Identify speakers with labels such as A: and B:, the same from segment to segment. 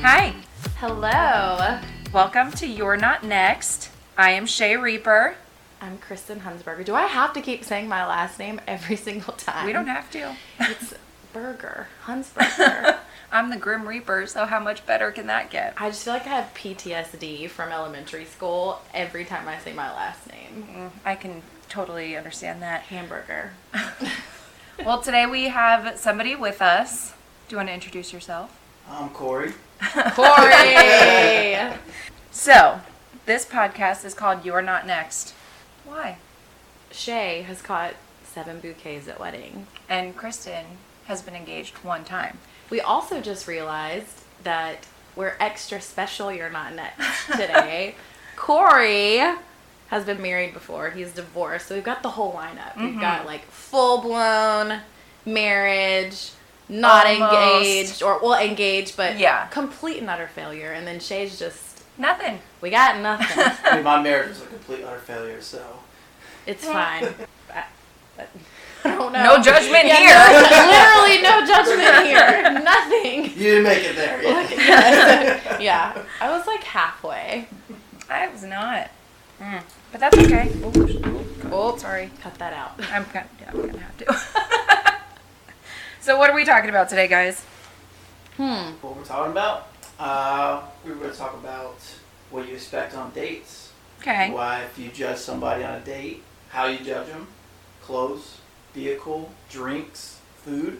A: Hi,
B: Hello.
A: welcome to You're Not Next. I am Shay Reaper.
B: I'm Kristen Hunsberger. Do I have to keep saying my last name every single time?
A: We don't have to.
B: It's Burger. Hunsberger.
A: I'm the Grim Reaper, so how much better can that get?
B: I just feel like I have PTSD from elementary school every time I say my last name.
A: I can totally understand that.
B: Hamburger.
A: Well, today we have somebody with us. Do you want to introduce yourself?
C: I'm Corey.
B: Corey!
A: So, this podcast is called You're Not Next. Why?
B: Shay has caught seven bouquets at wedding.
A: And Kristen has been engaged one time.
B: We also just realized that we're extra special. You're not next today. Corey has been married before. He's divorced, so we've got the whole lineup.
A: Mm-hmm.
B: We've got like full blown marriage, not
A: Almost.
B: engaged, or well engaged, but
A: Yeah.
B: complete and utter failure. And then Shay's just
A: Nothing.
B: we got nothing.
C: I mean, my marriage was a complete utter failure, so.
B: it's fine. I, I don't know.
A: No judgment
B: Yeah,
A: here.
B: no- literally no judgment here. Nothing.
C: You didn't make it there yet.
B: Yeah, I was like halfway.
A: I was not. Mm. But that's okay.
B: Oh,
A: Sorry.
B: cut that out.
A: I'm gonna, yeah, I'm gonna have to. so, what are we talking about today, guys?
B: Hmm.
C: what we're talking about? Uh, we were going to talk about what you expect on dates.
A: Okay.
C: Why, if you judge somebody on a date, how you judge them, clothes, vehicle, drinks, food,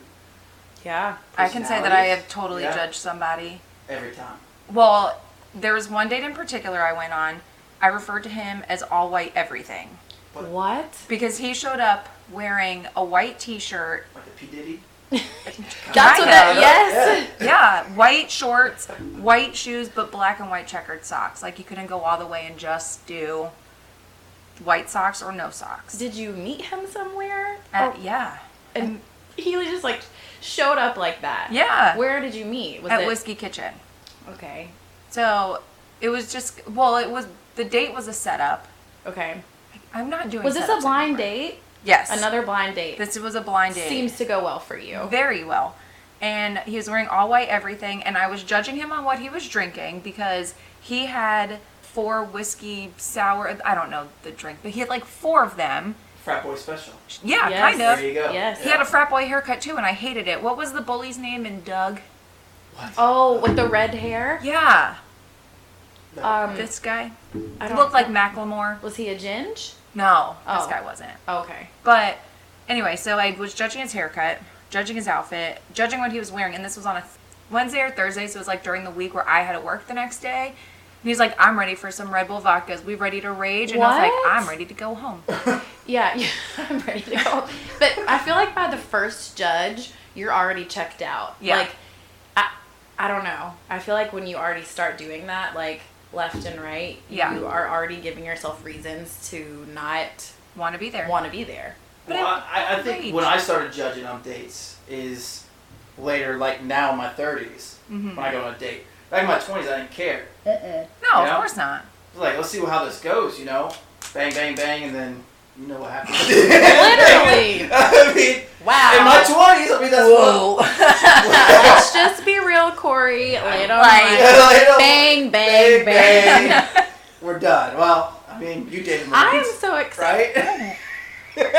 B: Yeah.
A: I can say that I have
C: personalities.
A: totally
C: Yeah.
A: judged somebody.
C: every time.
A: Well, there was one date in particular I went on. I referred to him as all white everything
C: What?
B: What?
A: because he showed up wearing a white t shirt.
C: Like the P. Diddy?
B: That's
A: I
B: what that.
A: know.
B: Yes.
A: Yeah, white shorts, white shoes, but black and white checkered socks. Like, you couldn't go all the way and just do white socks or no socks.
B: Did you meet him somewhere?
A: Uh,
B: Oh,
A: yeah.
B: and he was just like showed up like that.
A: Yeah.
B: Where did you meet? Was
A: At
B: it
A: Whiskey Kitchen.
B: okay?
A: So it was just well, it was the date was a setup.
B: Okay.
A: I'm not doing.
B: Was this
A: setups
B: a blind
A: anymore.
B: date?
A: Yes.
B: Another blind date.
A: This was a blind date.
B: seems to go well for you.
A: very well, and he was wearing all white everything, and I was judging him on what he was drinking because he had four whiskey sour. I don't know the drink, but he had like four of them.
C: Frat Boy Special.
A: Yeah,
B: Yes.
A: kind
C: There
A: of.
C: you go.
B: Yes.
A: He had a frat boy haircut too, and I hated it. What was the bully's name in Doug?
C: What?
B: Oh, with the red hair.
A: Yeah,
C: No.
B: Um,
A: this guy
B: I don't.
A: looked like Macklemore.
B: Was he a ginge?
A: No, this
B: Oh.
A: guy wasn't.
B: okay.
A: But anyway, so I was judging his haircut, judging his outfit, judging what he was wearing, and this was on a th- Wednesday or Thursday, so it was like during the week where I had to work the next day. And he's like, "I'm ready for some Red Bull vodkas. We ready to rage?" And I was like,
B: What?
A: "I'm ready to go home."
B: Yeah, yeah, I'm ready to go. But I feel like by the first judge, you're already checked out.
A: Yeah.
B: Like, I, I don't know. I feel like when you already start doing that, like left and right,
A: Yeah.
B: you are already giving yourself reasons to not
A: Want to be there?
B: want to be there.
A: But
C: well,
A: I-
C: I, I
A: Rage.
C: think when I started judging on dates is later, like now in my 30s,
A: Mm-hmm.
C: when I go on a date. Back in my 20s, I didn't care.
B: Uh-uh.
A: No,
C: Yeah.
A: of course not.
C: It's like, let's see how this goes, you know? Bang, bang, bang, and then you know what happens.
B: Literally.
C: I mean,
B: Wow.
C: in my 20s, I mean, that's
B: Whoa. Let's just be real, Corey. Lay it on
A: Like-
B: my-
C: Little
B: bang, bang, bang.
C: We're done. Well, I mean, you dated
B: I am
C: Maurice,
B: so excited.
C: right?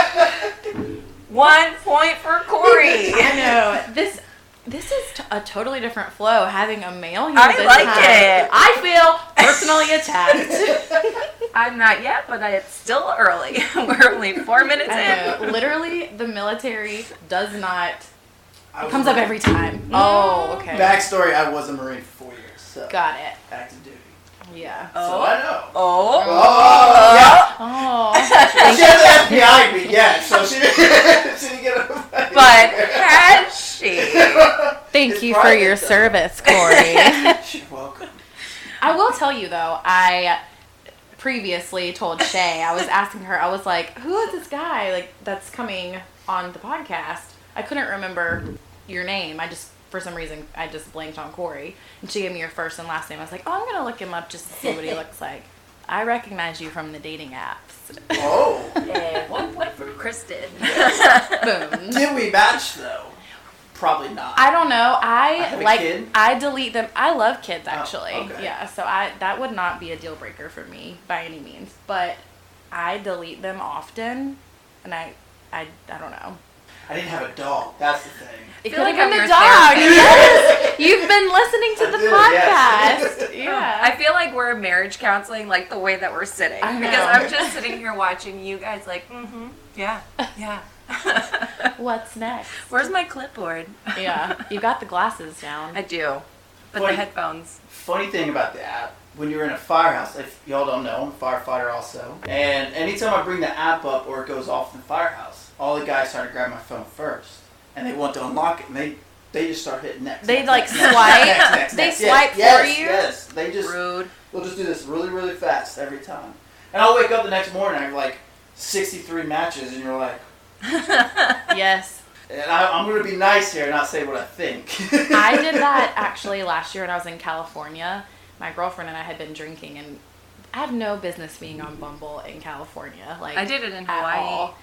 B: Oh.
A: One point for Corey.
B: I know this. This is t- a totally different flow. Having a male here.
A: I
B: this
A: like
B: time.
A: it.
B: I feel personally attacked.
A: I'm not yet, but I, it's still early. We're only four minutes
B: I
A: in.
B: know. Literally, the military does not
C: I was
B: comes
C: a
B: up every time. Oh, okay.
C: Backstory: I was a Marine for four years, so
B: Got it.
C: active duty.
B: Yeah.
C: So I know.
A: Oh,
C: Oh, yeah.
B: Oh.
C: She had the FBI beat, yeah. So she, she didn't get a
A: but had she?
B: Thank
C: It's
B: you for
C: private,
B: your
C: though.
B: service, Corey.
C: She's welcome.
B: I will tell you though, I previously told Shay, I was asking her, I was like, who is this guy like that's coming on the podcast? I couldn't remember your name. I just for some reason I just blanked on Corey. And she gave me your first and last name. I was like, Oh, I'm gonna look him up just to see what he looks like. I recognize you from the dating apps.
C: Oh,
A: One point for Kristen.
B: Boom.
C: did we match though? Probably not.
B: I don't know. I,
C: have a
B: like
C: kid. Oh,
B: I delete them. I love kids actually.
C: okay.
B: Yeah, so I that would not be a deal breaker for me by any means, but I delete them often and I I, I don't know.
C: I didn't have a dog. That's the thing.
B: It
A: feel like
B: could've
A: I'm
B: been
A: your
B: the dog. Yes. You've been listening to
C: I
B: the
C: do, yes.
B: podcast.
A: I
B: Yeah.
A: feel like we're marriage counseling, like the way that we're sitting.
B: I know.
A: Because I'm just sitting here watching you guys, like, mm hmm, yeah, yeah.
B: What's next?
A: Where's my clipboard?
B: Yeah. You got the glasses down.
A: I do. But
C: Wait.
A: the headphones.
C: Funny thing about the app, when you're in a firehouse, if y'all don't know, I'm a firefighter also. And anytime I bring the app up or it goes off in the firehouse, all the guys start to grab my phone first. And they want to unlock it and they, they just start hitting next.
B: They,
C: next,
B: like,
C: next, next,
B: swipe?
C: next, next, next,
B: They
C: next.
B: swipe
C: yes,
B: for
C: yes,
B: you?
C: Yes. They just
A: Rude.
C: they'll just do this really, really fast every time. And I'll wake up the next morning, I have like sixty three matches and you're like
B: Yes.
C: and I, I'm gonna be nice here and not say what I think.
B: I did that actually last year when I was in California. My girlfriend and I had been drinking, and I have no business being on Bumble in California. Like
A: I did it in
B: at
A: Hawaii.
B: all.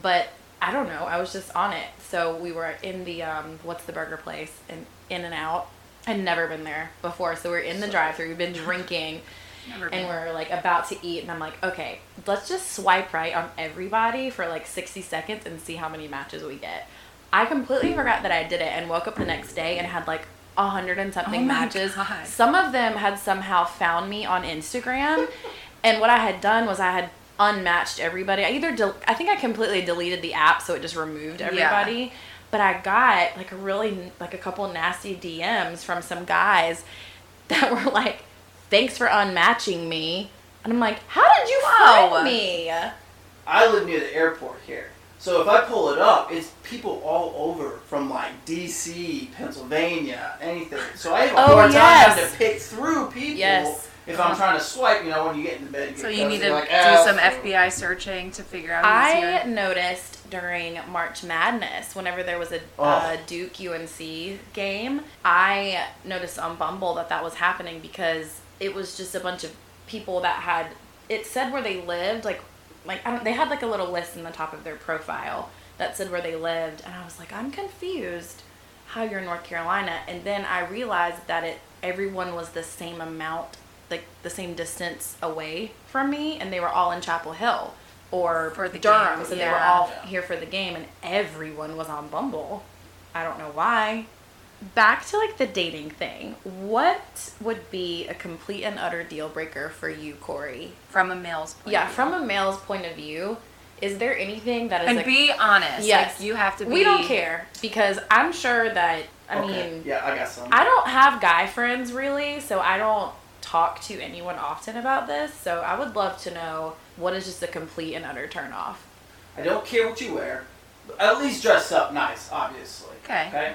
B: but I don't know. I was just on it. So we were in the um, what's the burger place and In and Out. I'd never been there before, so we're in the drive-through. We've been drinking,
A: Never
B: and
A: been.
B: we're like about to eat, and I'm like, okay, let's just swipe right on everybody for like 60 seconds and see how many matches we get. I completely forgot that I did it and woke up the next day and had like a hundred and something
A: Oh my
B: matches.
A: God.
B: Some of them had somehow found me on Instagram, and what I had done was I had unmatched everybody. I either del- I think I completely deleted the app, so it just removed everybody. But I got like a really like a couple nasty DMs from some guys that were like, "Thanks for unmatching me," and I'm like, "How did you
A: Whoa.
B: find me?"
C: I live near the airport here. So if I pull it up, it's people all over from like DC, Pennsylvania, anything. So I have a
B: Oh,
C: hard time having
B: yes.
C: to pick through people
B: Yes.
C: if I'm trying to swipe, you know, when you get in the bed.
A: So
C: get
A: you
C: cozy,
A: need to
C: like,
A: do
C: ah,
A: some
C: so-
A: FBI searching to figure out who's
B: I
A: here.
B: noticed during March Madness, whenever there was a
C: Oh.
B: uh, Duke UNC game, I noticed on Bumble that that was happening because it was just a bunch of people that had it said where they lived, like like I don't, they had like a little list in the top of their profile that said where they lived, and I was like, I'm confused how you're in North Carolina, and then I realized that it everyone was the same amount, like the same distance away from me, and they were all in Chapel Hill or
A: For the
B: Durham,
A: game,
B: so they were
A: yeah.
B: all
C: Yeah.
B: here for the game, and everyone was on Bumble. I don't know why. Back to like the dating thing. What would be a complete and utter deal breaker for you, Corey?
A: From a male's point.
B: Yeah,
A: of view.
B: from a male's point of view, is there anything that is
A: And
B: like
A: be honest.
B: yes,
A: Like, you have to be.
B: We don't care because I'm sure that I
C: Okay,
B: mean
C: yeah, I got some.
B: I don't have guy friends really, so I don't talk to anyone often about this. So I would love to know what is just a complete and utter turn off.
C: I don't care what you wear. but At least dress up nice, obviously.
A: Okay.
C: Okay.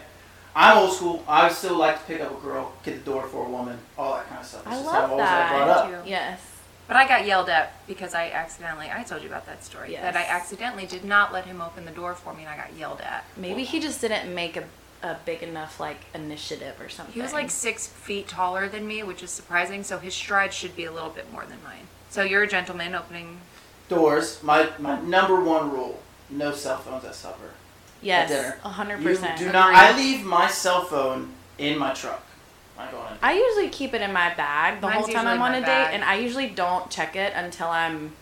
C: I'm old school. I still like to pick up a girl, get the door for a woman, all that kind of stuff. It's
B: I
C: just
B: love
C: how I've always
B: that.
C: been brought up.
A: Thank you.
B: Yes.
A: But I got yelled at because I accidentally, I told you about that story,
B: Yes.
A: that I accidentally did not let him open the door for me and I got yelled at.
B: Maybe he just didn't make a, a big enough like initiative or something.
A: He was like six feet taller than me, which is surprising, so his stride should be a little bit more than mine. So you're a gentleman opening.
C: Doors. My my number one rule: no cell phones at supper.
B: yes,
C: dinner.
B: a hundred
C: You
B: percent.
C: do not. I leave my cell phone in my truck. I go on. a-
B: I usually keep it in my bag the
A: Mine's
B: whole time
A: usually
B: I'm on
A: my
B: a
A: bag.
B: date, and I usually don't check it until I'm.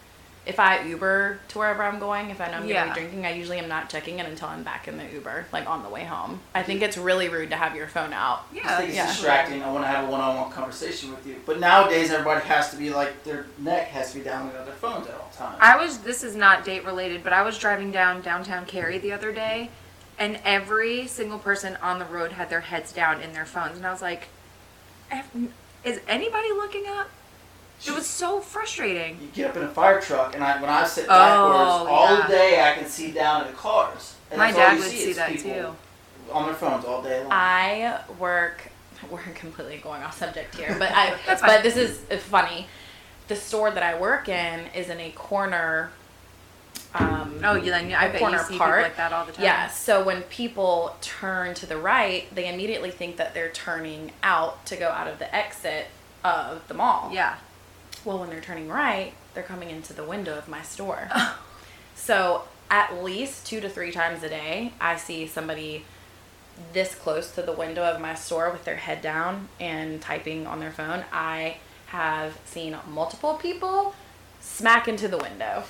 B: If I Uber to wherever I'm going, if I know I'm
A: Yeah.
B: gonna be drinking, I usually am not checking it until I'm back in the Uber, like on the way home. I think it's really rude to have your phone out.
C: I just
A: Yeah.
C: think it's
B: yeah.
C: distracting. I want to have a one-on-one conversation with you. But nowadays, everybody has to be like their neck has to be down on their phones at all times.
A: I was, this is not date related, but I was driving down downtown Cary the other day and every single person on the road had their heads down in their phones. And I was like, "Ev- is anybody looking up? It was so frustrating.
C: You get up in a fire truck, and I, when I sit
A: Oh,
C: backwards all
A: yeah.
C: day, I can see down at the cars. And
A: My
C: that's all
A: dad
C: you
A: would
C: is
A: see that
C: people
A: too. Uh,
C: On their phones all day long.
B: I work. We're completely going off subject here, but I.
A: That's fine.
B: but this is funny. The store that I work in is in a corner. Um,
A: Oh, yeah, then I bet you
B: corner
A: see people
B: part.
A: like that all the time.
B: Yeah, so when people turn to the right, they immediately think that they're turning out to go out of the exit of the mall.
A: Yeah.
B: Well, when they're turning right, they're coming into the window of my store. so at least two to three times a day, I see somebody this close to the window of my store with their head down and typing on their phone, I have seen multiple people smack into the window.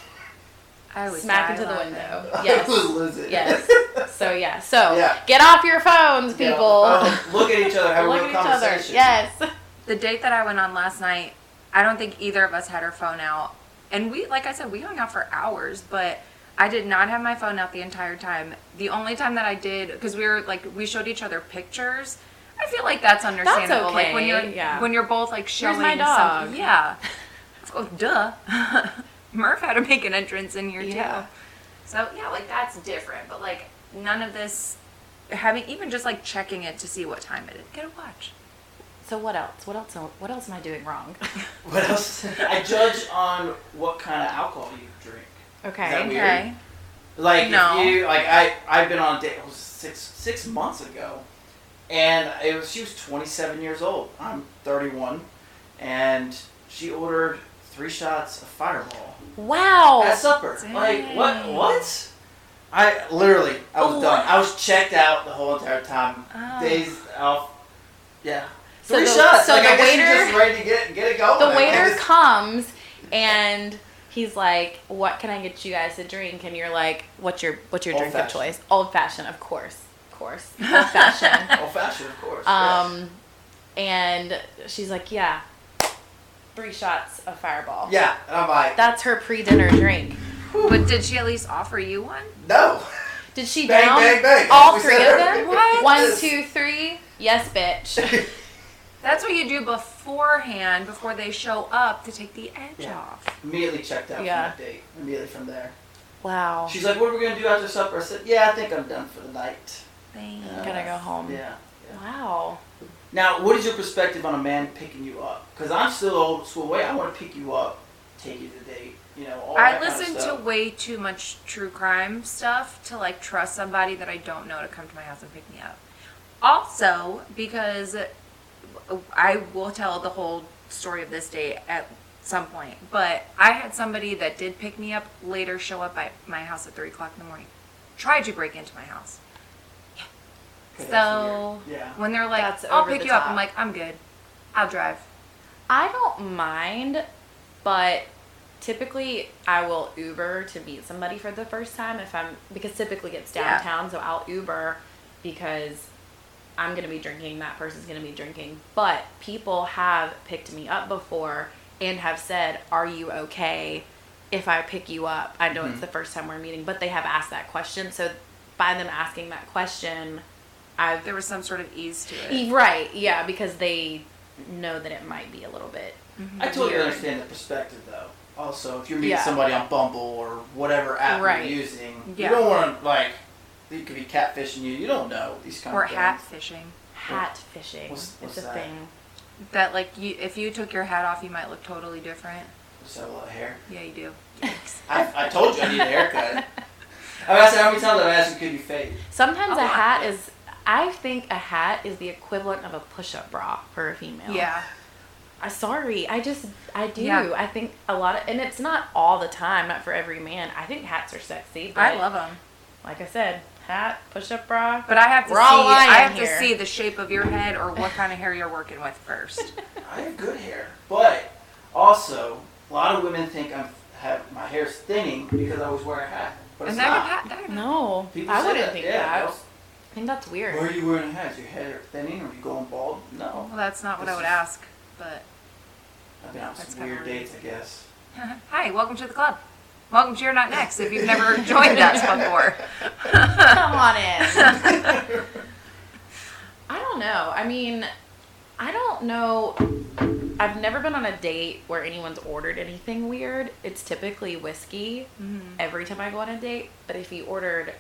A: I would
B: Smack
A: die
B: into the
A: laughing.
B: window.
C: I would
B: Yes.
C: lose it.
B: Yes. So yeah. So
C: Yeah.
B: get off your phones,
C: Yeah.
B: people.
C: Oh, look at each other. Have
B: Look
C: a real
B: at each other.
C: conversation.
B: Yes.
A: The date that I went on last night, I don't think either of us had our phone out. And we, like I said, we hung out for hours, but I did not have my phone out the entire time. The only time that I did, because we were like, we showed each other pictures. I feel like that's understandable. Like when
B: okay,
A: you're
B: yeah.
A: when you're both like showing
B: my dog.
A: some- yeah. oh, duh. Murph had to make an entrance in here
B: Yeah.
A: too. So yeah, like that's different. But like none of this having even just like checking it to see what time it is. Get a watch.
B: So what else? What else? What else am I doing wrong?
C: What else? I judge on what kind of alcohol you drink.
B: Okay.
C: That weird?
A: Okay.
C: Like if
A: No.
C: you like I I've been on a date it was six six months ago, and it was she was twenty seven years old. I'm thirty one, and she ordered three shots of Fireball
B: Wow.
C: at supper. Like what
A: dang.
C: what? I literally I was
B: Oh. Uh.
C: done. I was checked out the whole entire time.
A: Oh.
C: Days off. Yeah.
B: So
C: three
B: the-
C: shots.
B: so
C: like
B: the
C: I guess you're
B: waiter-
C: just ready to get get it going.
B: the
C: I
B: waiter
C: guess.
B: comes and he's like, "What can I get you guys to drink?" And you're like, "What's your what's your drink
C: Old-fashioned.
B: of choice?" Old fashioned, of course, of course, old fashioned.
C: Old fashioned, of course. yes.
B: um, and she's like, "Yeah, three shots of Fireball."
C: Yeah, and I'm like,
B: That's her pre-dinner drink.
A: But did she at least offer you one?
C: no.
B: Did she
C: Bang,
B: down
C: bang, bang.
B: all
C: We
B: three of
C: said
B: them?
C: everything. What?
B: One,
C: Yes.
B: two, three. Yes, bitch.
A: That's what you do beforehand, before they show up to take the edge
C: Yeah.
A: off.
C: Immediately checked out
B: Yeah. Oh.
C: from that date. Immediately from there.
B: Wow.
C: She's like, "What are we gonna do after supper?" I said, "Yeah, I think I'm done for the night."
A: Thank
C: Yeah.
B: Gotta go home.
C: Yeah. yeah.
B: Wow.
C: Now, what is your perspective on a man picking you up? Because I'm still old school way. I want to pick you up, take you to date. You know, all
A: I
C: that kind of
A: listen
C: stuff.
A: to way too much true crime stuff to like trust somebody that I don't know to come to my house and pick me up. Also, because I will tell the whole story of this date at some point, but I had somebody that did pick me up later show up at my house at 3 o'clock in the morning, tried to break into my house.
C: Okay, that's
A: So
C: weird. Yeah.
A: when they're like,
B: That's
A: "I'll
B: over
A: pick
B: the
A: you up,"
B: top.
A: I'm like, "I'm good. I'll drive."
B: I don't mind, but typically I will Uber to meet somebody for the first time if I'm because typically it's
A: Yeah.
B: downtown, so I'll Uber because I'm gonna be drinking, that person's gonna be drinking. But people have picked me up before and have said, Are you okay if I pick you up? I know it's the first time we're meeting, but they have asked that question. So by them asking that question, I've
A: There was some sort of ease to it.
B: Right, yeah, because they know that it might be a little bit
C: I totally
B: weird.
C: understand the perspective though. Also, if you're meeting
B: Yeah.
C: somebody on Bumble or whatever app
B: Right.
C: you're using,
A: Yeah.
C: you don't want to like. They could be catfishing you. You don't know these kind
A: Or
C: of things.
A: hat fishing.
B: Hat fishing.
C: What's- what's
B: it's a
C: that?
B: thing.
A: That like you, if you took your hat off, you might look totally different.
C: Just have a lot of hair.
A: Yeah, you do.
C: I, I told you I need a haircut. I mean, I said, how many times I've asked you, could you fade?
B: Sometimes
A: A
B: a
A: lot,
B: hat
A: yeah.
B: is. I think a hat is the equivalent of a push-up bra for a female.
A: Yeah.
B: I sorry. I just I do.
A: Yeah.
B: I think a lot of, and it's not all the time. Not for every man. I think hats are sexy. But
A: I love them,
B: Like I said, hat, push-up bra.
A: but I have to
B: We're
A: see.
B: all lying
A: I have
B: here.
A: to see the shape of your head or what kind of hair you're working with first.
C: I have good hair, but also a lot of women think I'm have my hair's thinning because I always wear a hat, but
A: and
C: it's
A: that
C: not.
A: could happen. That could
B: No,
C: People
B: I
C: say
B: wouldn't
C: that,
B: think
C: yeah,
B: that.
C: girls.
B: I think that's weird.
C: Why are you wearing a hat? Is your hair thinning? Are you going bald? No.
A: Well, that's not what I would ask. But
C: I've been on
A: That's
C: some
A: kinda
C: weird
A: weird.
C: dates, I guess.
A: hi, welcome to the club. Welcome to You're Not Next. If you've never joined us before,
B: Come on in. I don't know. I mean, I don't know. I've never been on a date where anyone's ordered anything weird. It's typically whiskey every time I go on a date. But if you ordered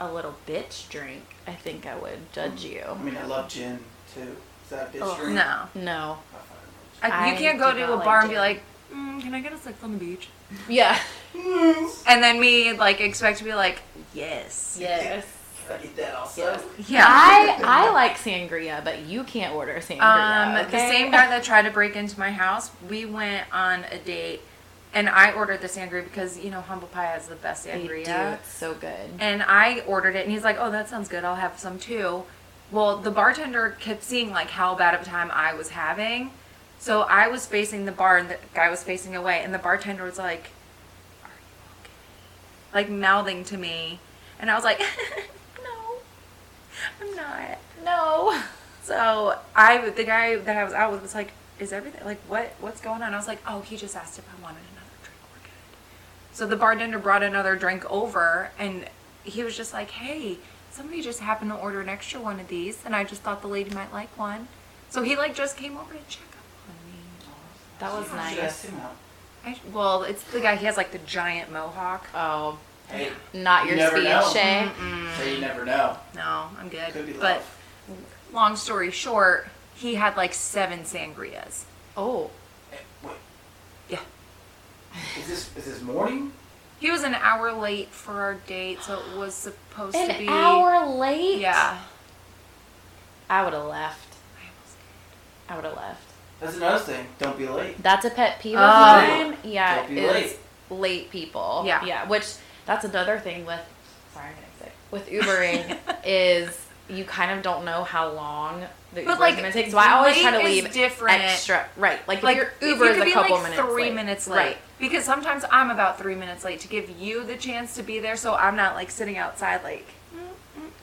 B: a little bitch drink, I think I would judge you.
C: I mean, I love gin too. Is that a bitch
B: Oh,
C: drink?
A: no,
B: No.
C: I fucking love
A: I,
B: I
A: you can't go
B: do
A: to
B: not
A: a
B: like
A: bar and be
B: gin.
A: like, mm, "Can I get a six on the beach?"
B: Yeah.
C: gin.
A: And then me like expect to be like, yes.
B: Yes.
C: Can I eat that also.
B: Yes.
A: Yeah.
B: I I like sangria, but you can't order
A: Um,
B: sangria. okay?
A: the same guy that tried to break into my house, we went on a date and I ordered the sangria because, you know, humble pie has the best
B: They do.
A: sangria.
B: It's so good.
A: And I ordered it and he's like, Oh, that sounds good, I'll have some too. Well, the bartender kept seeing like how bad of a time I was having. So I was facing the bar and the guy was facing away and the bartender was like, Are you okay? Like mouthing to me. And I was like, No, I'm not.
B: No.
A: So I the guy that I was out with was like, Is everything like what what's going on? I was like, Oh, he just asked if I wanted another drink, we're good. So the bartender brought another drink over and he was just like, Hey, somebody just happened to order an extra one of these and I just thought the lady might like one. So he like just came over to check up on me.
B: That was
C: You should
B: nice.
C: ask him out.
A: I, well, it's the guy. He has like the giant mohawk. Eh?
B: Oh,
C: Hey,
B: not
C: You
B: your
C: never
B: speed,
C: know.
B: Shay.
A: Mm-hmm.
C: so
B: Mm.
C: you never know.
A: No, I'm good.
C: Could be love.
A: but long story short, he had like seven sangrias.
B: Oh,
C: Eh, Wait,
A: Yeah.
C: is this is this morning?
A: He was an hour late for our date, so it was supposed to be
B: an hour late.
A: Yeah.
B: I would have left.
A: I almost did.
B: I would have left.
C: That's another thing. Don't be late.
B: That's a pet peeve
A: Oh.
B: of mine. Yeah,
C: Don't be
B: is
C: late.
B: late. people.
A: Yeah.
B: yeah. Which that's another thing with. Sorry, I'm getting sick. With Ubering is you kind of don't know how long the
A: But
B: Uber is
A: like,
B: gonna take. So I always try to
A: late is
B: leave
A: different.
B: extra. Right, like,
A: Like
B: if
A: your
B: your Uber is a couple
A: like
B: minutes.
A: three
B: late.
A: minutes late.
B: Right.
A: Because sometimes I'm about three minutes late to give you the chance to be there, so I'm not like sitting outside like.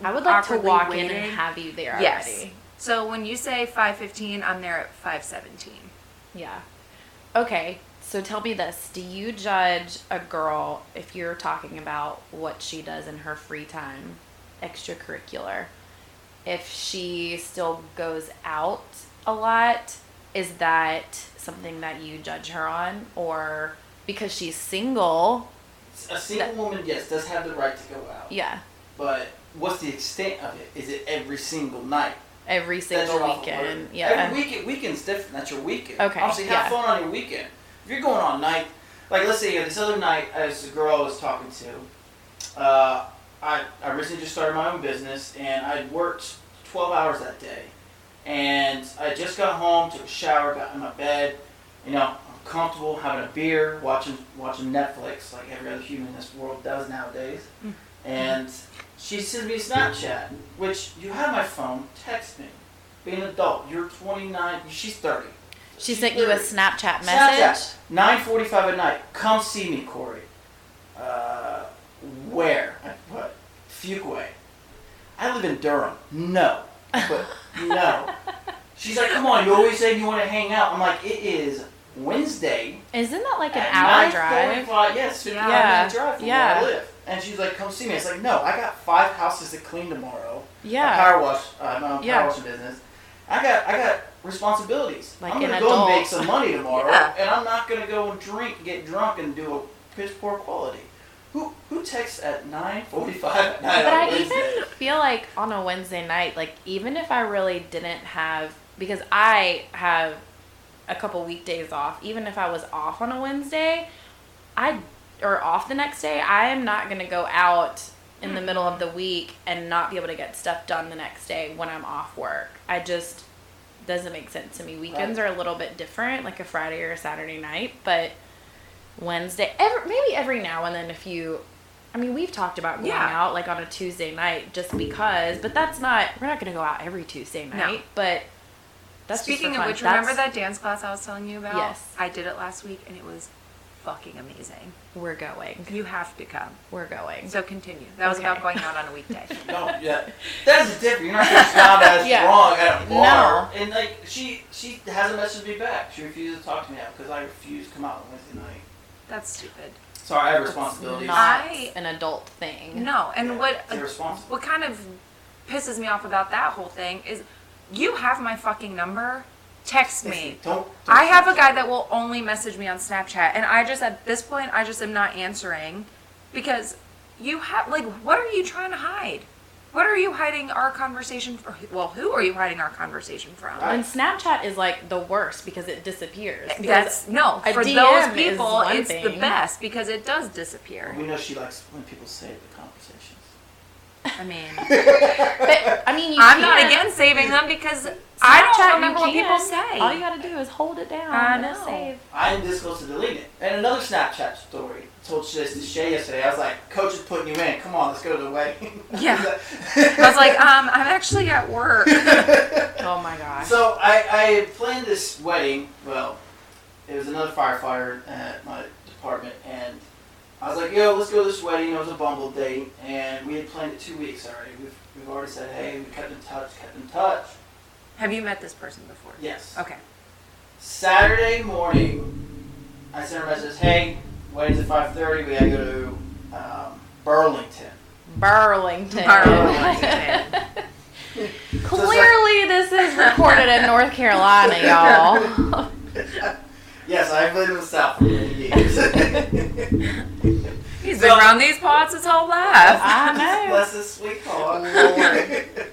B: I would like to
A: awkwardly
B: walk in
A: waiting.
B: and have you there
A: Yes.
B: already.
A: So when you say five fifteen, I'm there at five seventeen.
B: Yeah. Okay. So tell me this: Do you judge a girl if you're talking about what she does in her free time, extracurricular? If she still goes out a lot, is that something that you judge her on, or because she's single?
C: A single
B: That-
C: woman, yes, does have the right to go out.
B: Yeah,
C: But what's the extent of it? Is it every single night?
B: every
C: That's
B: single
C: your off
B: weekend.
C: work.
B: Yeah.
C: Every weekend, weekend's different. That's your weekend.
B: Okay,
C: Obviously, have
B: yeah.
C: fun on your weekend. If you're going on night, like let's say uh, this other night, as the girl I was talking to, uh, I I recently just started my own business and I worked 12 hours that day, and I just got home, took a shower, got in my bed, you know. I'm Comfortable having a beer, watching watching Netflix like every other human in this world does nowadays,
B: Mm.
C: and she sends me a Snapchat, which you have my phone. Text me. Be an adult. You're 29. She's 30.
B: She sent you a
C: 30.
B: Snapchat
C: Snapchat.
B: message.
C: 9:45 at night. Come see me, Corey. Uh, where? I put Fuquay. I live in Durham. No. I put no. She's like, come on. You always say you want to hang out. I'm like, it is Wednesday.
B: Isn't that like an
C: at
B: hour
C: 9:45
B: drive?
C: Yes, yeah,
B: Yeah.
C: drive from
B: Yeah.
C: where I live. And she's like, come see me. It's like, no. I got five houses to clean tomorrow a
B: Yeah.
C: power wash, uh, my own
B: Yeah.
C: power washing business. I got I got responsibilities.
B: Like
C: I'm
B: an
C: gonna go
B: adult.
C: and make some money tomorrow,
A: Yeah.
C: and I'm not gonna go and drink, get drunk, and do a piss poor quality. Who who texts at nine forty five at night
B: But
C: on
B: I
C: Wednesday?
B: even feel like on a Wednesday night, like even if I really didn't have, because I have a couple weekdays off, even if I was off on a Wednesday, I or off the next day, I am not gonna go out in the middle of the week and not be able to get stuff done the next day when I'm off work. I just doesn't make sense to me. Weekends are a little bit different, like a Friday or a Saturday night, but Wednesday, every, maybe every now and then if you I mean, we've talked about going
A: Yeah.
B: out like on a Tuesday night just because, but that's not we're not going to go out every Tuesday
A: No.
B: night, but that's just
A: Speaking
B: for
A: of
B: fun.
A: which,
B: That's-
A: remember that dance class I was telling you about?
B: Yes.
A: I did it last week and it was fucking amazing.
B: we're going.
A: You have to come.
B: We're going.
A: So continue. That was
B: Okay.
A: about going out on a weekday.
C: No, yeah, that's different. You're not gonna sound as
B: Yeah.
C: wrong at a
B: No.
C: bar. And like she she hasn't messaged me back. She refuses to talk to me now because I refuse to come out on Wednesday night.
A: That's stupid.
C: Sorry, I have
B: It's
C: responsibilities.
B: not
A: I-
B: an adult thing.
A: No, and what
C: It's irresponsible.
A: what kind of pisses me off about that whole thing is you have my fucking number. Text me.
C: Don't, don't
A: I have a
C: Snapchat.
A: guy that will only message me on Snapchat, and I just at this point I just am not answering because you have like what are you trying to hide? What are you hiding our conversation for? Well, who are you hiding our conversation from?
C: I-
B: And Snapchat is like the worst because it disappears. Because
A: That's no
B: a
A: for
B: DM
A: those
B: is
A: people.
B: one
A: It's the
B: thing.
A: best because it does disappear.
C: We know she likes when people save the conversations.
A: I mean,
B: but, I mean, you
A: I'm not
B: can't-
A: against saving them because I don't
B: Snapchat, you
A: remember what
B: can.
A: people say.
B: All you gotta do is hold it down.
A: I
B: and
A: know.
B: it's saved.
C: I'm this close to delete it. And another Snapchat story. I told this to Shay yesterday. I was like, Coach is putting you in. Come on, let's go to the wedding.
A: Yeah. I was like, um, I'm actually at work.
B: Oh my gosh.
C: So I, I had planned this wedding. Well, it was another firefighter at my department, and I was like, "Yo, let's go to this wedding." It was a Bumble date, and we had planned it two weeks already. We've, we've already said, "Hey," we kept in touch, kept in touch.
A: Have you met this person before?
C: Yes.
A: Okay.
C: Saturday morning, I sent her a message. Hey, wedding's at five thirty. We gotta go to um, Burlington.
B: Burlington.
A: Burlington.
B: Clearly, this is recorded in North Carolina, y'all.
C: Yes, I've lived in the South for many years.
A: He's
C: So-
A: been around these parts his whole life.
B: I know.
C: Bless his sweet heart.
B: Lord.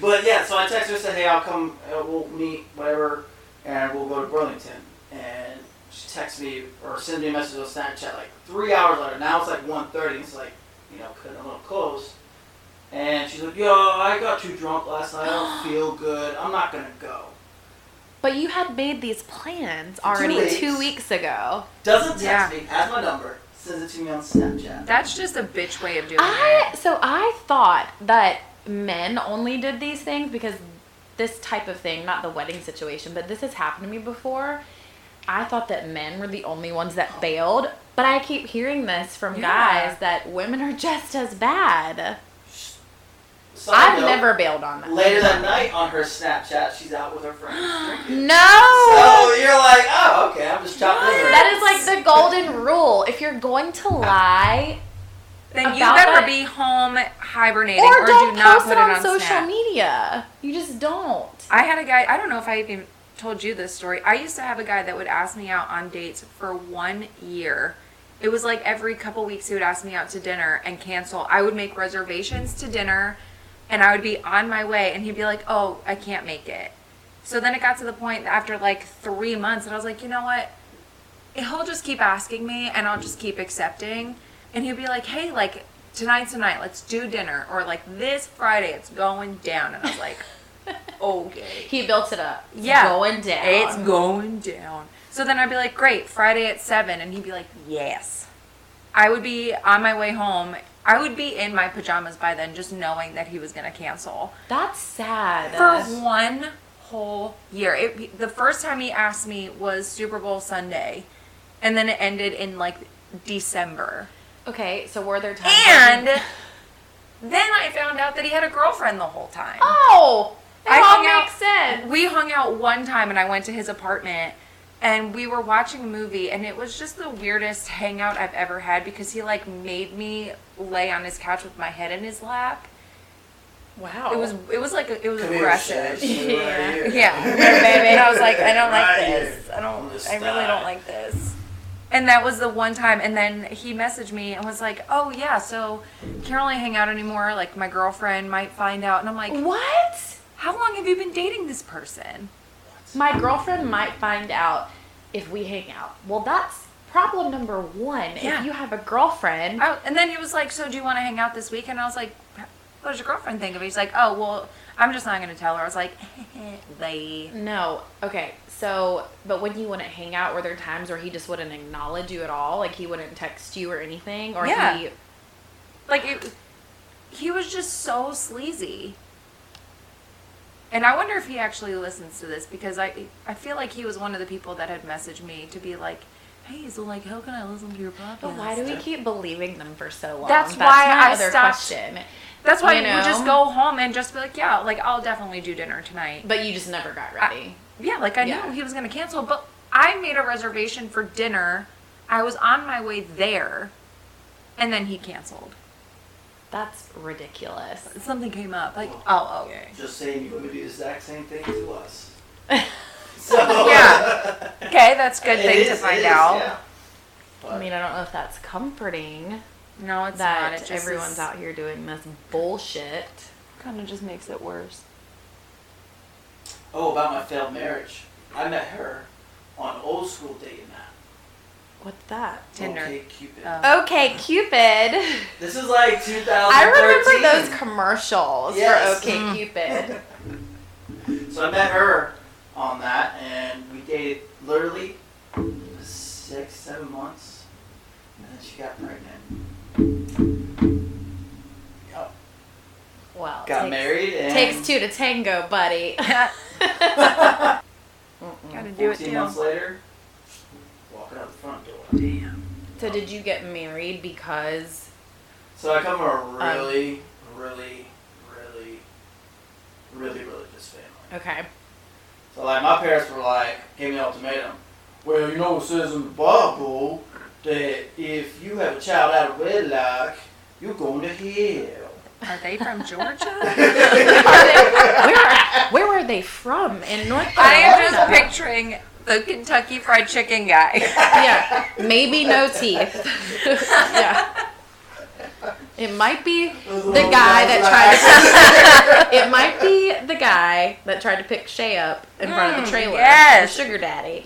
C: but yeah, so I texted her said, "Hey, I'll come. Uh, we'll meet, whatever, and we'll go to Burlington." And she texted me or sent me a message on Snapchat like three hours later. Now it's like 1.30. It's like you know, cutting a little close. And she's like, "Yo, I got too drunk last night. I don't feel good. I'm not gonna go."
B: But you had made these plans
C: two
B: already two
C: weeks.
B: weeks, ago.
C: Doesn't text
A: Yeah.
C: me. Has my number. Sends it to me on Snapchat.
A: That's just a bitch way of doing
B: I
A: it.
B: so I thought that men only did these things because this type of thing, not the wedding situation, but this has happened to me before. I thought that men were the only ones that failed, but I keep hearing this from
A: Yeah.
B: guys that women are just as bad.
C: So
B: I've never bailed on that.
C: Later that night on her Snapchat, she's out with her friends drinking.
B: No.
C: So you're like, oh, okay, I'm just chopping liver.
B: that is like the golden rule. If you're going to lie,
A: Then you
B: about
A: better
B: that-
A: be home hibernating
B: or,
A: or,
B: don't
A: do not
B: post
A: put
B: it on, social
A: Snap.
B: media. You just don't.
A: I had a guy, I don't know if I even told you this story. I used to have a guy that would ask me out on dates for one year. It was like every couple weeks he would ask me out to dinner and cancel. I would make reservations to dinner and I would be on my way and he'd be like, oh, I can't make it. So then it got to the point that after like three months and I was like, you know what? He'll just keep asking me and I'll just keep accepting. And he'll be like, hey, like tonight's tonight, let's do dinner. Or like this Friday, it's going down. And I was like, okay.
B: He built it up. It's
A: Yeah.
B: going down.
A: It's going down. So then I'd be like, great, Friday at 7. And he'd be like, yes. I would be on my way home. I would be in my pajamas by then, just knowing that he was going to cancel
B: That's sad.
A: for one whole year. It, the first time he asked me was Super Bowl Sunday, and then it ended in like December.
B: okay, so were there times?
A: And then I found out that he had a girlfriend the whole time.
B: oh, it
A: I
B: all
A: hung
B: makes
A: out.
B: sense.
A: We hung out one time, and I went to his apartment, and we were watching a movie, and it was just the weirdest hangout I've ever had because he like made me lay on his couch with my head in his lap.
B: Wow.
A: It was it was like it was
C: Come here,
A: aggressive.
C: Shay. Sit right here.
A: Yeah, baby. And I was like, I don't like
C: Right here.
A: this. I
C: On this
A: don't. I really
C: side.
A: don't like this. And that was the one time. And then he messaged me and was like, Oh yeah, so can't really hang out anymore. Like my girlfriend might find out. And I'm like,
B: what?
A: How long have you been dating this person?
B: My girlfriend might find out if we hang out. Well, that's problem number one.
A: Yeah.
B: If you have a girlfriend,
A: I, Oh, and then he was like, "So do you want to hang out this week?" And I was like, "What does your girlfriend think of it?" He's like, "Oh well, I'm just not going to tell her." I was like, "They."
B: no. Okay, so but when you wouldn't hang out, were there times where he just wouldn't acknowledge you at all? Like he wouldn't text you or anything, or
A: Yeah.
B: he
A: Like it, he was just so sleazy. And I wonder if he actually listens to this because I I feel like he was one of the people that had messaged me to be like, "Hey, so like, how can I listen to your podcast?"
B: But why do we keep believing them for so long?
A: That's why
B: my
A: I
B: other
A: stopped-
B: question.
A: That's why
B: you
A: we
B: know?
A: just go home and just be like, "Yeah, like I'll definitely do dinner tonight."
B: But you just never got ready.
A: Yeah, like I
B: Yeah.
A: knew he was going to cancel, but I made a reservation for dinner. I was on my way there, and then he canceled.
B: That's ridiculous.
A: Something came up, like oh, okay.
C: Just saying, you would do the exact same thing to us.
B: Man,
C: So
A: Yeah. Okay, that's a good
C: It
A: thing to
C: is,
A: find
C: it is,
A: out.
C: yeah. But
B: I mean, I don't know if that's comforting
A: No, it's not.
B: that
A: It just
B: everyone's out here doing this bullshit.
A: Kind of just makes it worse. uh,
C: oh, about my failed marriage. I met her on old school dating app.
B: What's that?
A: Tinder.
C: Okay, Cupid.
A: Oh.
B: Okay, Cupid.
C: This is like 2013.
B: I remember those commercials
C: Yes.
B: for OK Cupid.
C: so So I met her on that, and we dated literally six, seven months, and then she got pregnant. Yep.
B: Well, it
C: Got
B: takes,
C: married and
B: Takes two to tango, buddy.
A: Gotta do it
C: Fourteen
A: too.
C: months later, walking out the front door.
A: Damn.
B: so did you get married because
C: So I come
A: Um,
C: from a really, really, really, really religious family.
B: okay.
C: So like my parents were like, gave me an ultimatum. Well, you know it says in the Bible that if you have a child out of wedlock, you're going to hell.
A: Are they from Georgia?
B: Where are, where were they from in North
A: I
B: Carolina?
A: am just picturing the Kentucky Fried Chicken guy.
B: yeah, maybe no teeth. yeah. It might be the guy that tried to, it might be the guy that tried to pick Shay up in front of the
A: Mm,
B: trailer.
A: yes.
B: The sugar daddy.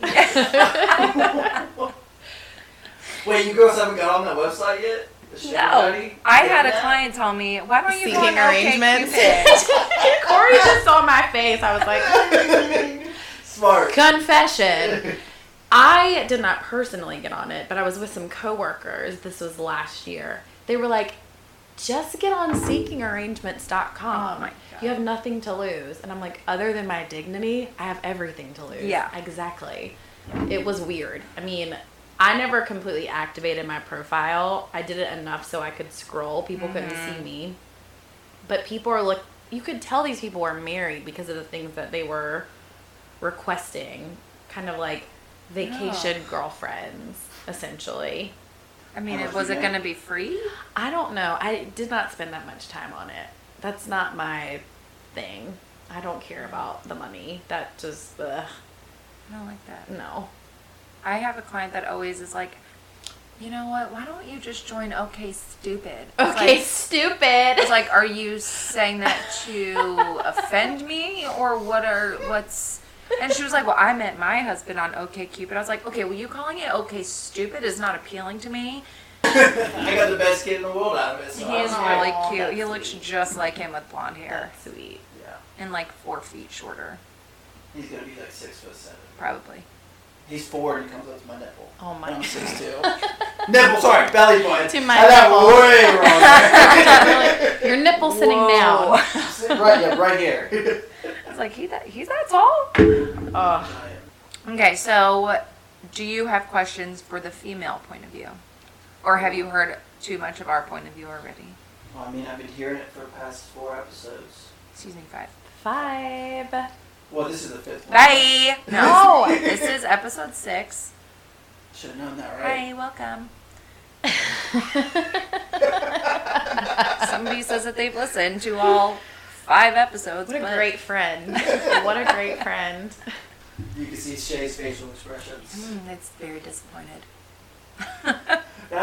C: Wait, you girls haven't got on that website yet? The Sugar Daddy?
A: I had a
C: Yeah.
A: client tell me, "Why don't you go on
B: Seeking arrangements.
A: OkCupid?"
B: Corey just saw my face. I was like,
C: Smart.
B: confession. I did not personally get on it, but I was with some coworkers. This was last year. They were like, just get on seekingarrangements.com.
A: Oh my God.
B: You have nothing to lose. And I'm like, other than my dignity, I have everything to lose.
A: Yeah.
B: Exactly. It was weird. I mean, I never completely activated my profile. I did it enough so I could scroll. People couldn't see me. But people are look you could tell these people were married because of the things that they were requesting kind of like vacation girlfriends essentially
A: I mean,
C: Oh,
A: it, was it gonna be free?
B: i don't know i did not spend that much time on it that's not my thing i don't care about the money that just ugh,
A: I don't like that.
B: no
A: I have a client that always is like, "You know what? Why don't you just join OK Stupid?" It's
B: okay
A: like-
B: stupid
A: It's like, are you saying that to offend me, or what are what's? And she was like, "Well, I met my husband on OK Cupid." I was like, "Okay, well, you calling it OK Stupid is not appealing to me.
C: I got the best kid in the world out of it.
A: He
C: So
A: is
C: I was
A: really
C: like, "Aw,
A: cute.
C: Oh, that's
A: He looks
C: sweet."
A: just like him with blonde hair
B: That's sweet
C: Yeah.
A: and like four feet shorter,
C: He's gonna be like six foot seven.
A: probably."
C: He's four and he comes up to my nipple.
B: oh my
C: And I'm six two. nipple, sorry, belly button.
B: To my
C: I got way wrong. there.
B: Really? your nipple sitting
A: Whoa.
B: down
C: right, yeah, right here.
A: I was like, "He that he's that tall?"
B: Ugh.
A: Okay, so do you have questions for the female point of view, or have you heard too much of our point of view already?
C: Well, I mean, I've been hearing it for the past four episodes.
A: Excuse me, five.
B: five
C: Well, this is the fifth one.
A: Bye.
B: No.
A: this is episode six.
C: Should have known that, right?
A: Hi, welcome. Somebody says that they've listened to all five episodes.
B: what a
A: but
B: great friend what a great friend
C: You can see Shay's facial expressions.
A: Mm, it's very disappointed.
C: Now I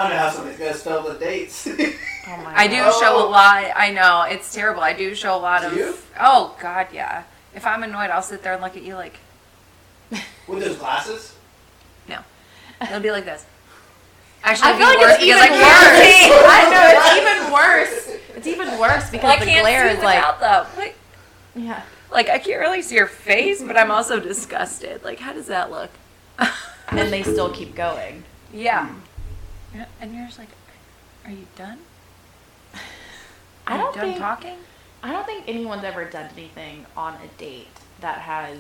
C: know how somebody's gonna spell the dates.
B: oh my
A: I do show a lot. I know it's terrible. I do show a lot of.
C: Do you?
A: Oh God, yeah. If I'm annoyed, I'll sit there and look at you like
C: With those glasses?
A: it'll be like this. Actually,
B: I feel
A: it'll
B: like it's
A: be worse because I can't see.
B: even worse. I know it's even worse. It's even worse because
A: I
B: the
A: can't
B: glare
A: see
B: is like
A: without them. Like,
B: yeah.
A: like I can't really see your face, but I'm also disgusted. Like, how does that look?
B: And they still keep going.
A: Yeah. And you're just like, are you done? Are
B: I
A: you
B: don't
A: done
B: think
A: talking?
B: I don't think anyone's ever done anything on a date that has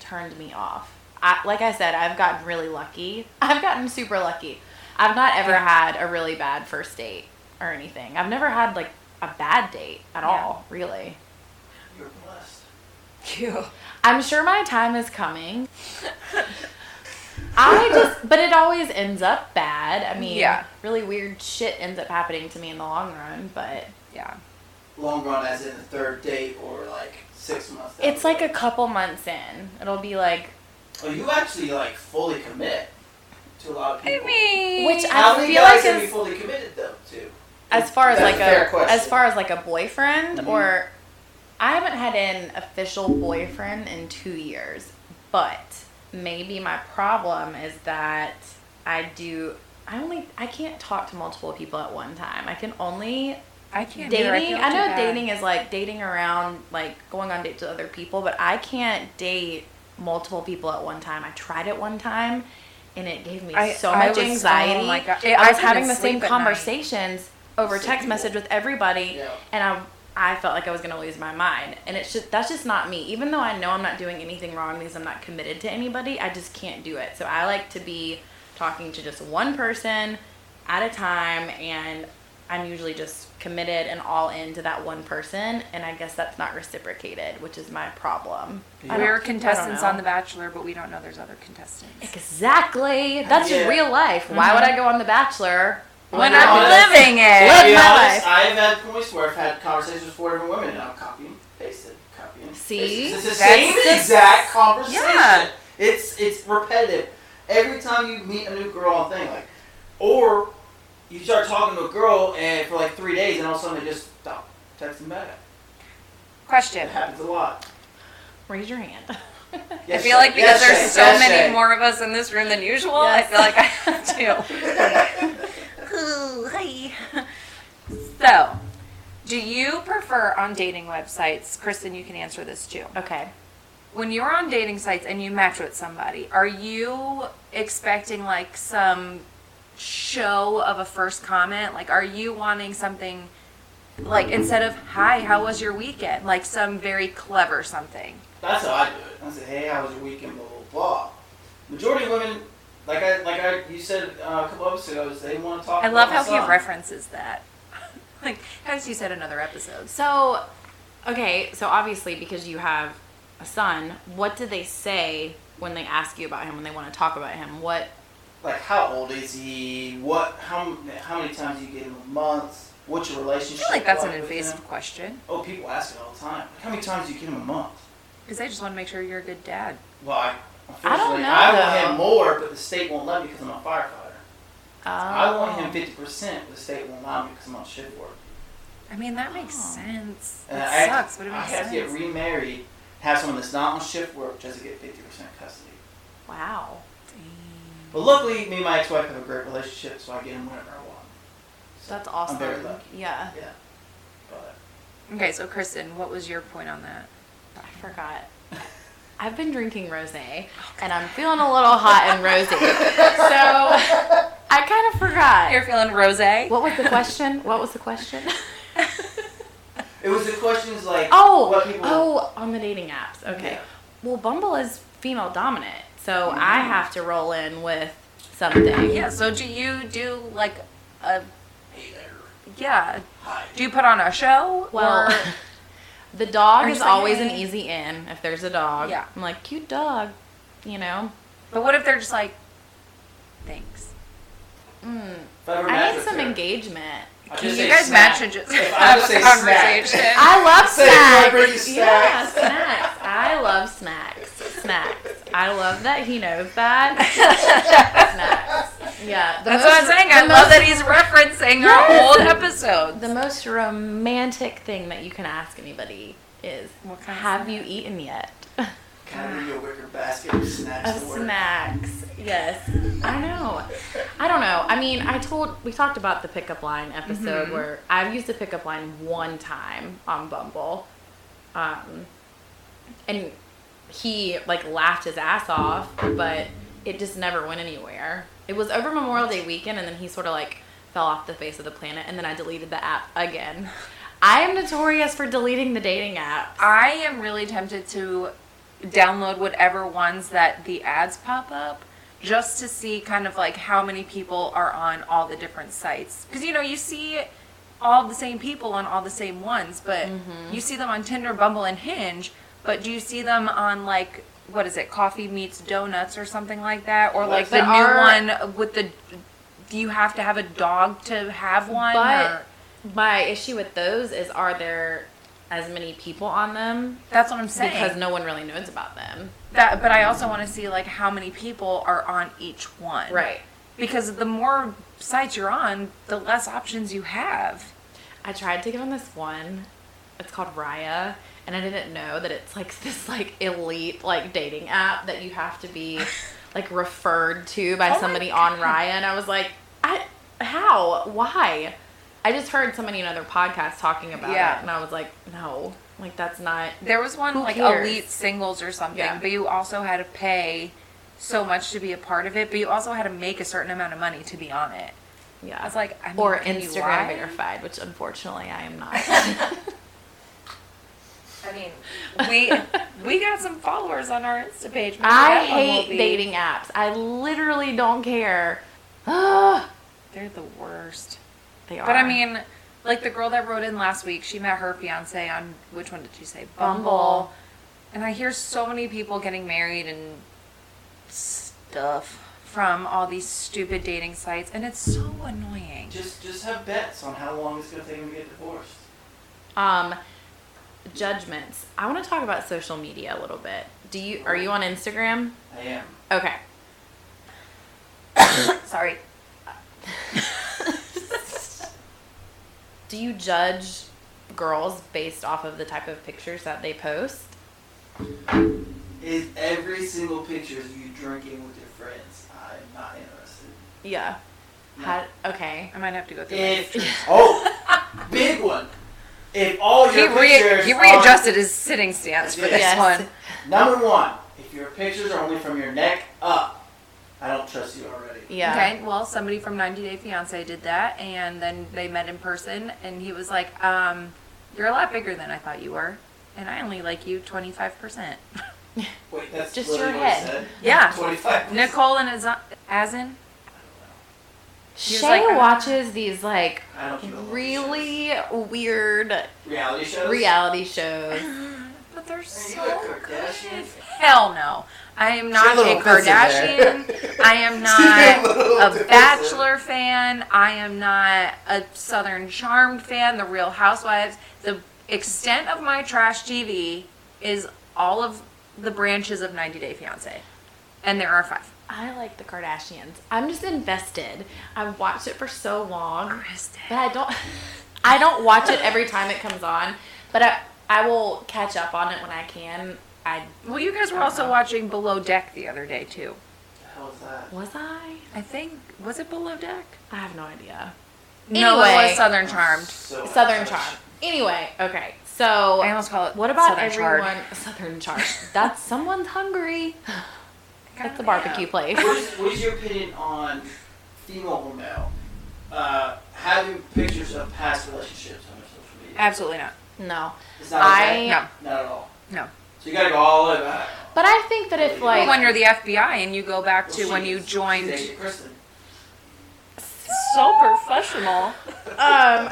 B: turned me off. I, like I said, I've gotten really lucky. I've gotten super lucky. I've not ever had a really bad first date or anything. I've never had like a bad date at
A: Yeah.
B: all, really.
C: You're blessed.
A: You.
B: I'm sure my time is coming. I just, but it always ends up bad. I mean,
A: Yeah.
B: really weird shit ends up happening to me in the long run, but
A: Yeah.
C: Long run, as in the third date or like six months. down
B: it's
C: the
B: like a
C: road.
B: couple months in. It'll be like,
C: Oh, you actually like fully commit to a lot of people.
A: I mean,
B: Which I-
C: How many
B: feel
C: guys
B: like
C: have you
B: it's-
C: fully committed though to?
B: as far as
C: That's
B: like
C: a fair
B: a,
C: question.
B: as far as like a boyfriend
C: Mhm.
B: or, I haven't had an official boyfriend in two years, but maybe my problem is that I do. I only I can't talk to multiple people at one time. I can only
A: I can't do it.
B: dating
A: feel
B: i
A: too
B: know
A: bad.
B: dating is like dating around like going on dates with other people but i can't date multiple people at one time i tried it one time and it gave me
A: I-
B: so
A: I
B: much
A: was- oh
B: anxiety
A: my God.
B: i
A: I
B: was having
A: couldn't
B: the same
A: sleep at night.
B: conversations over
C: Same
B: text
C: people.
B: message with everybody
C: Yeah.
B: and i i felt like i was going to lose my mind and it's just that's just not me even though i know i'm not doing anything wrong because i'm not committed to anybody i just can't do it so i like to be talking to just one person at a time and I'm usually just committed and all into that one person, and I guess that's not reciprocated, which is my problem. I
A: We
B: don't-
A: were
B: I don't
A: contestants
B: know.
A: on The Bachelor, but we don't know there's other contestants.
B: Exactly. That's
C: Yeah.
B: real life. Why would I go on The Bachelor
A: When
C: Well,
A: I'm
C: no, that's-
A: living it.
B: That's
C: To be
B: my life.
C: honest, I've had points where I've had conversations with four different women, and I'll copy and paste it. Copy and paste it.
B: See?
C: It's the
A: That's
C: same
A: the-
C: exact conversation.
A: Yeah.
C: It's it's repetitive. Every time you meet a new girl on thing, like, or you start talking to a girl and for like three days, and all of a sudden they just stop texting back. It
A: Question.
C: happens a lot.
B: Raise your hand.
A: I
C: Yes,
A: feel like
C: Shay.
A: because
C: Yes,
A: there's
C: Shay.
A: so
C: Yes,
A: many
C: Shay.
A: more of us in this room than usual, I
B: Yes.
A: feel like I have to. Ooh, hey. So, do you prefer on dating websites, Kristen? You can answer this too.
B: Okay.
A: When you're on dating sites and you match with somebody, are you expecting like some show of a first comment? Like, are you wanting something like instead of "Hi, how was your weekend?" Like some very clever something.
C: That's how I do it. I say, hey, how was your weekend? Blah blah blah. Majority of women, like I like I you said uh, a couple episodes ago, is they want to talk.
A: I love
C: about
A: how
C: my
A: he
C: son.
A: references that. like, as you said in other episodes.
B: So, okay, so obviously because you have a son, what do they say when they ask you about him, when they want to talk about him? What?
C: like how old is he? What? How how many times do you get him a month? What's your
A: I
C: relationship?
A: feel like that's an
C: like with
A: invasive
C: him?
A: question
C: Oh, people ask it all the time. Like, how many times do you get him a month?
A: because I just want to make sure you're a good dad.
C: Well, I,
B: I don't
C: unfortunately,
B: know,
C: I want him
B: though.
C: more, but the state won't let me because I'm a firefighter.
B: Oh.
C: I want him fifty percent, but the state won't allow me because I'm on shift work.
A: I mean, that makes
B: Oh.
A: sense. It
C: And Uh, I,
A: sucks, but it
C: I
A: makes
C: have
A: sense.
C: to get remarried, have someone that's not on shift work just to get fifty percent custody.
B: Wow.
C: But luckily, me and my ex-wife have a great relationship, so I get him whenever I want. So
B: That's awesome.
C: I'm very lucky.
B: Yeah.
C: Yeah, but
A: okay, so Kristen, what was your point on that?
B: I forgot. I've been drinking rosé, and I'm feeling a little hot and rosy. So I kind of
A: You're
B: forgot.
A: feeling rosé.
B: What was the question? What was the question?
C: it was the questions like
B: Oh,
C: what people
B: oh, on the dating apps. Okay.
C: Yeah.
B: Well, Bumble is female dominant, so I have to roll in with something.
A: Mm-hmm. yeah. So do you do like a
C: Hey there.
A: yeah?
C: Hi.
A: Do you put on a show?
B: Well,
A: or,
B: the dog
A: Or
B: is
A: just like,
B: always an
A: "Hey."
B: easy in if there's a dog.
A: Yeah.
B: I'm like cute dog, you know.
A: but what if they're just like, thanks?
B: Mm,
C: If I, ever match
B: I need
C: with
B: some
C: her,
B: engagement.
C: I
B: Can
C: just
A: you
C: say
A: guys
C: snack.
A: match and just
C: If I
A: have
C: just
A: a
C: say snack.
A: conversation.
B: I love
C: Say
B: snacks.
C: Cranberry
B: Yeah,
C: snacks.
B: snacks. I love snacks. Snacks. I love that he knows that. Snacks. Yeah. The
A: That's what I'm saying. I
B: the
A: love
B: most-
A: that he's referencing
B: Yes.
A: our old episodes.
B: The most romantic thing that you can ask anybody is,
A: What kind of
B: "Have
A: snack?
B: you eaten yet?"
C: Can I bring you a wicker basket with snacks
B: Of
C: to work?
B: snacks. Yes. I know. I don't know. I mean, I told we talked about the pickup line episode
C: Mm-hmm.
B: where I've used the pickup line one time on Bumble. Um and he like laughed his ass off, but it just never went anywhere. It was over Memorial Day weekend and then he sort of like fell off the face of the planet and then I deleted the app again. I am notorious for deleting the dating app.
A: I am really tempted to download whatever ones that the ads pop up just to see kind of like how many people are on all the different sites. Because you know, you see all the same people on all the same ones, but you see them on Tinder, Bumble, and Hinge, but do you see them on like what is it, coffee meets donuts or something like that? Or like
C: But
A: the
B: are-
A: new one with the do you have to have a dog to have one?
B: But
A: or-
B: my issue with those is are there as many people on them
A: that's what I'm saying.
B: because no one really knows about them.
A: That, but I also want to see like how many people are on each one. Because the more sites you're on, the less options you have.
B: I tried to get on this one. It's called Raya, and I didn't know that it's like this like elite like dating app that you have to be like referred to
A: Oh
B: by
A: my
B: somebody on Raya, and I was like, I how why. I just heard somebody in another podcast talking about
A: Yeah.
B: it, and I was like, no, like that's not.
A: There was one
B: Who
A: like
B: cares?
A: elite singles or something,
B: Yeah.
A: but you also had to pay so much to be a part of it, but you also had to make a certain amount of money to be on it.
B: Yeah,
A: I was like, I mean,
B: or
A: can you
B: Instagram
A: lie?
B: verified, which unfortunately I am not.
A: I mean, we we got some followers on our Insta page. Maybe
B: I
A: that one will
B: hate
A: be-
B: dating apps. I literally don't care. Ugh,
A: They're the worst.
B: they are.
A: But I mean, like the girl that wrote in last week, she met her fiance on which one did she say? Bumble.
B: Bumble.
A: And I hear so many people getting married and stuff from all these stupid dating sites, and it's so annoying.
C: Just just have bets on how long it's gonna take them to get divorced.
B: um, judgments. I want to talk about social media a little bit. Do you are you on Instagram?
C: I am.
B: Okay.
A: Sorry.
B: Do you judge girls based off of the type of pictures that they post?
C: Is every single picture of you drinking with your friends? I'm not interested.
B: Yeah.
C: No.
B: How, okay.
A: I might have to go through it.
C: If oh, big one. If all
A: He,
C: your
A: re-
C: pictures,
A: he
C: are-
A: readjusted his sitting stance for this
C: Yes.
A: one.
C: Number one, if your pictures are only from your neck up, I don't trust you already.
B: Yeah.
A: Okay, well, somebody from 90 Day Fiance did that, and then they met in person, and he was like, um, You're a lot bigger than I thought you were, and I only like you 25%.
C: Wait, that's
B: Just
C: literally
B: your
C: what he
B: head.
C: said?
A: Yeah.
C: Twenty-five.
A: Ah. Nicole and Aza- Azin, He was
B: Shay
A: like, uh,
B: watches these like
C: I don't keep up with these
B: really weird
C: shows. reality shows.
B: reality shows.
A: but they're
C: Are you
A: so
C: a
A: good.
C: Kardashian?
A: Hell no. I am not
C: little
A: a Kardashian.
C: offensive there.
A: I am
C: You're
A: not
C: a little
A: a
C: offensive.
A: Bachelor fan. I am not a Southern Charmed fan, The Real Housewives. The extent of my trash TV is all of the branches of 90 Day Fiance. And there are five.
B: I like the Kardashians. I'm just invested. I've watched it for so long, but I don't I don't watch it every time it comes on, but I I will catch up on it when I can. I
A: Well, you guys were
C: Uh-huh.
A: also watching Below Deck the other day, too.
C: The hell is that?
B: was I?
A: I think, was it Below Deck?
B: I have no idea.
A: No, it
B: Anyway.
A: was Southern Charmed.
C: So
B: Southern
C: much.
B: Charm. Anyway, okay. So
A: I almost call it
B: What about
A: Southern
B: everyone?
A: charred.
B: Southern charred. That's someone's hungry. That's the barbecue place.
C: What is, what is your opinion on female or male uh, having pictures of past relationships on their social media?
A: Absolutely not.
B: No,
C: It's not okay.
B: I.
A: No.
C: Not at all.
A: No.
C: So you gotta go all uh, the way back.
B: But I think that if
C: Well,
A: Well,
B: like
A: when you're the FBI and you go back
C: Well,
A: to
C: she
A: when you
C: is. She's
A: joined
C: dating Kristen.
A: so professional.
B: um,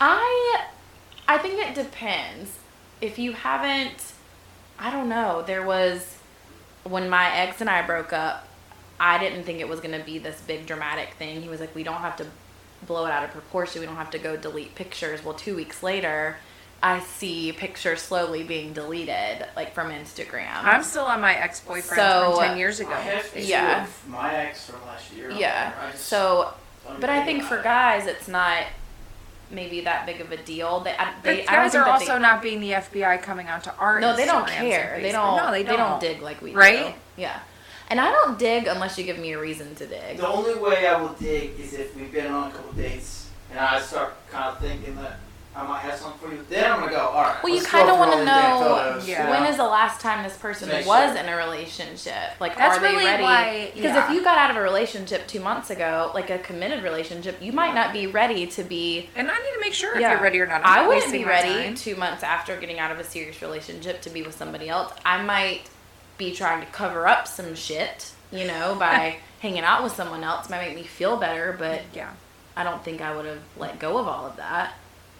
B: I, I think it depends. If you haven't, I don't know. There was when my ex and I broke up. I didn't think it was gonna be this big dramatic thing. He was like, "We don't have to blow it out of proportion. We don't have to go delete pictures." Well, two weeks later, I see pictures slowly being deleted, like from Instagram.
A: I'm still on my ex-boyfriend
B: So, uh,
A: from 10 years
C: I
A: ago.
C: have two
B: Yeah.
C: of my ex from last year. on
B: yeah.
C: there. I just
B: So
C: don't
B: But I
C: even
B: think for
C: about
B: guys, it's not maybe that big of a deal. They, I,
A: But
B: they I don't
A: guys
B: think
A: are
B: that
A: also not being the FBI coming onto our
B: They, no, they don't
A: Instagrams
B: care.
A: and
B: They
A: Facebook.
B: don't.
A: No, they don't.
B: dig like we
A: Right?
B: do. Yeah, and I don't dig unless you give me a reason to
C: it.
B: dig.
C: The only way I will dig is if we've been on a couple dates and I start kind of thinking that I might have something for you. Then I'm gonna go. All right.
B: Well, you
C: let's go
B: kind of
C: through
B: want
C: all
B: to
C: these
B: know
C: damn photos,
A: Yeah.
C: you
B: when
C: know?
B: is the last time this person
C: Make
B: was
C: sure.
B: in a relationship. Like,
A: That's
B: are they
A: really
B: ready?
A: why-
B: Because
A: yeah.
B: if you got out of a relationship two months ago, like a committed relationship, you might not be ready to be
A: And I need to make sure if
B: Yeah.
A: you're ready or not. I'm
B: I
A: not
B: wouldn't
A: wasting
B: be
A: my
B: ready
A: time.
B: two months after getting out of a serious relationship to be with somebody else. I might be trying to cover up some shit, you know, by hanging out with someone else. Might make me feel better, but
A: Yeah.
B: I don't think I would have let go of all of that.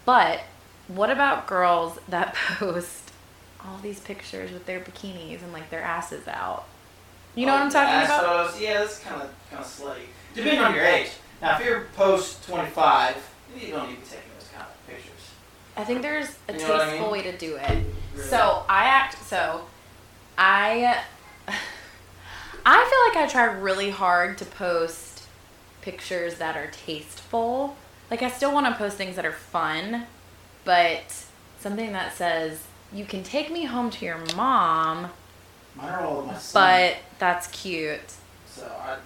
B: But what about girls that post all these pictures with their bikinis and like their asses out? You know
C: Oh,
B: what I'm talking
C: ass
B: about?
C: Photos. Yeah, that's kind of kind of slutty. Depending on your age. Now, if you're post 25, you don't need to be taking those kind of pictures.
B: I think there's a
C: You
B: tasteful
C: know what I mean?
B: way to do it.
C: Really.
B: So I act so I I feel like I try really hard to post pictures that are tasteful. Like I still want to post things that are fun, but something that says you can take me home to your mom,
C: Mine are all of my son.
B: but that's cute.
C: so I,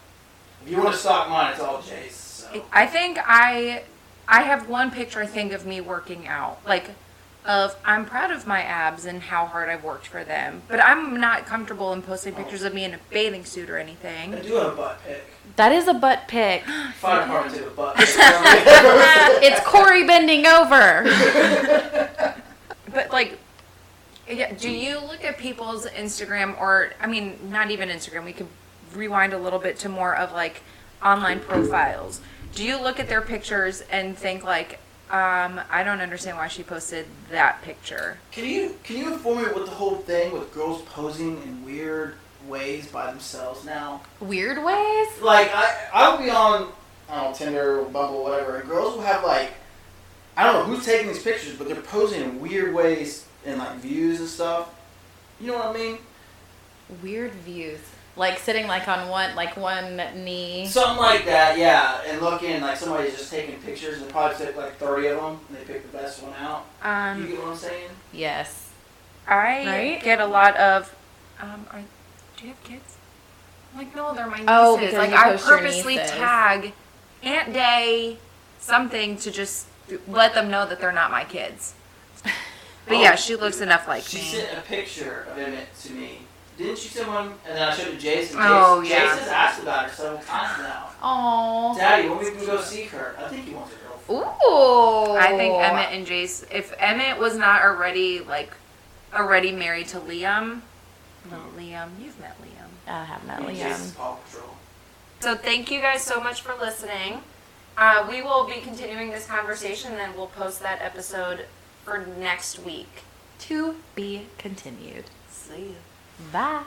C: if you want to stalk mine, it's all Jay's. So.
A: I think I I have one picture I think of me working out, like of I'm proud of my abs and how hard I've worked for them, but I'm not comfortable in posting pictures of me in a bathing suit or
C: I
A: anything.
C: do have a butt pick.
B: That is a butt pic.
C: Fire department did a butt pick.
B: it's Corey bending over.
A: But like, yeah, do you look at people's Instagram or I mean, not even Instagram? We could rewind a little bit to more of like online profiles. Do you look at their pictures and think like, um, I don't understand why she posted that picture?
C: Can you can you inform me what the whole thing with girls posing in weird ways by themselves now?
B: Weird ways?
C: Like I I'll be on I don't know, Tinder, Bumble, whatever, and girls will have like I don't know who's taking these pictures, but they're posing in weird ways and like views and stuff. You know what I mean?
B: Weird views. Like sitting like on one like one knee.
C: Something like that, yeah. And looking like somebody's just taking pictures and probably took like thirty of them and they picked the best one out.
A: Um,
C: you get what I'm saying?
B: Yes.
A: I
B: Right?
A: get a lot of, um, are, do you have kids? I'm like, no, they're my nieces.
B: Oh, because
A: like,
B: you
A: I
B: post your
A: purposely
B: nieces.
A: tag Aunt Day something to just let them know that they're not my kids. But yeah, she looks enough like
C: She
A: me.
C: sent a picture of Emmett to me. Didn't she send one? And then I showed it to Jason.
A: Oh,
C: Jason,
A: yeah.
C: Jason's asked about her several times now.
B: Oh.
C: Daddy, when we can go see her? I think he wants a girlfriend.
B: Ooh.
A: I
B: I
A: think Emmett and Jace, if Emmett was not already, like, already married to Liam, no, Liam, you've met Liam.
B: I have met
C: I mean, Jason's
B: Liam.
C: Paw Patrol.
A: So thank you guys so much for listening. Uh, we will be continuing this conversation and we'll post that episode for next week.
B: To be continued.
A: See you.
B: Bye.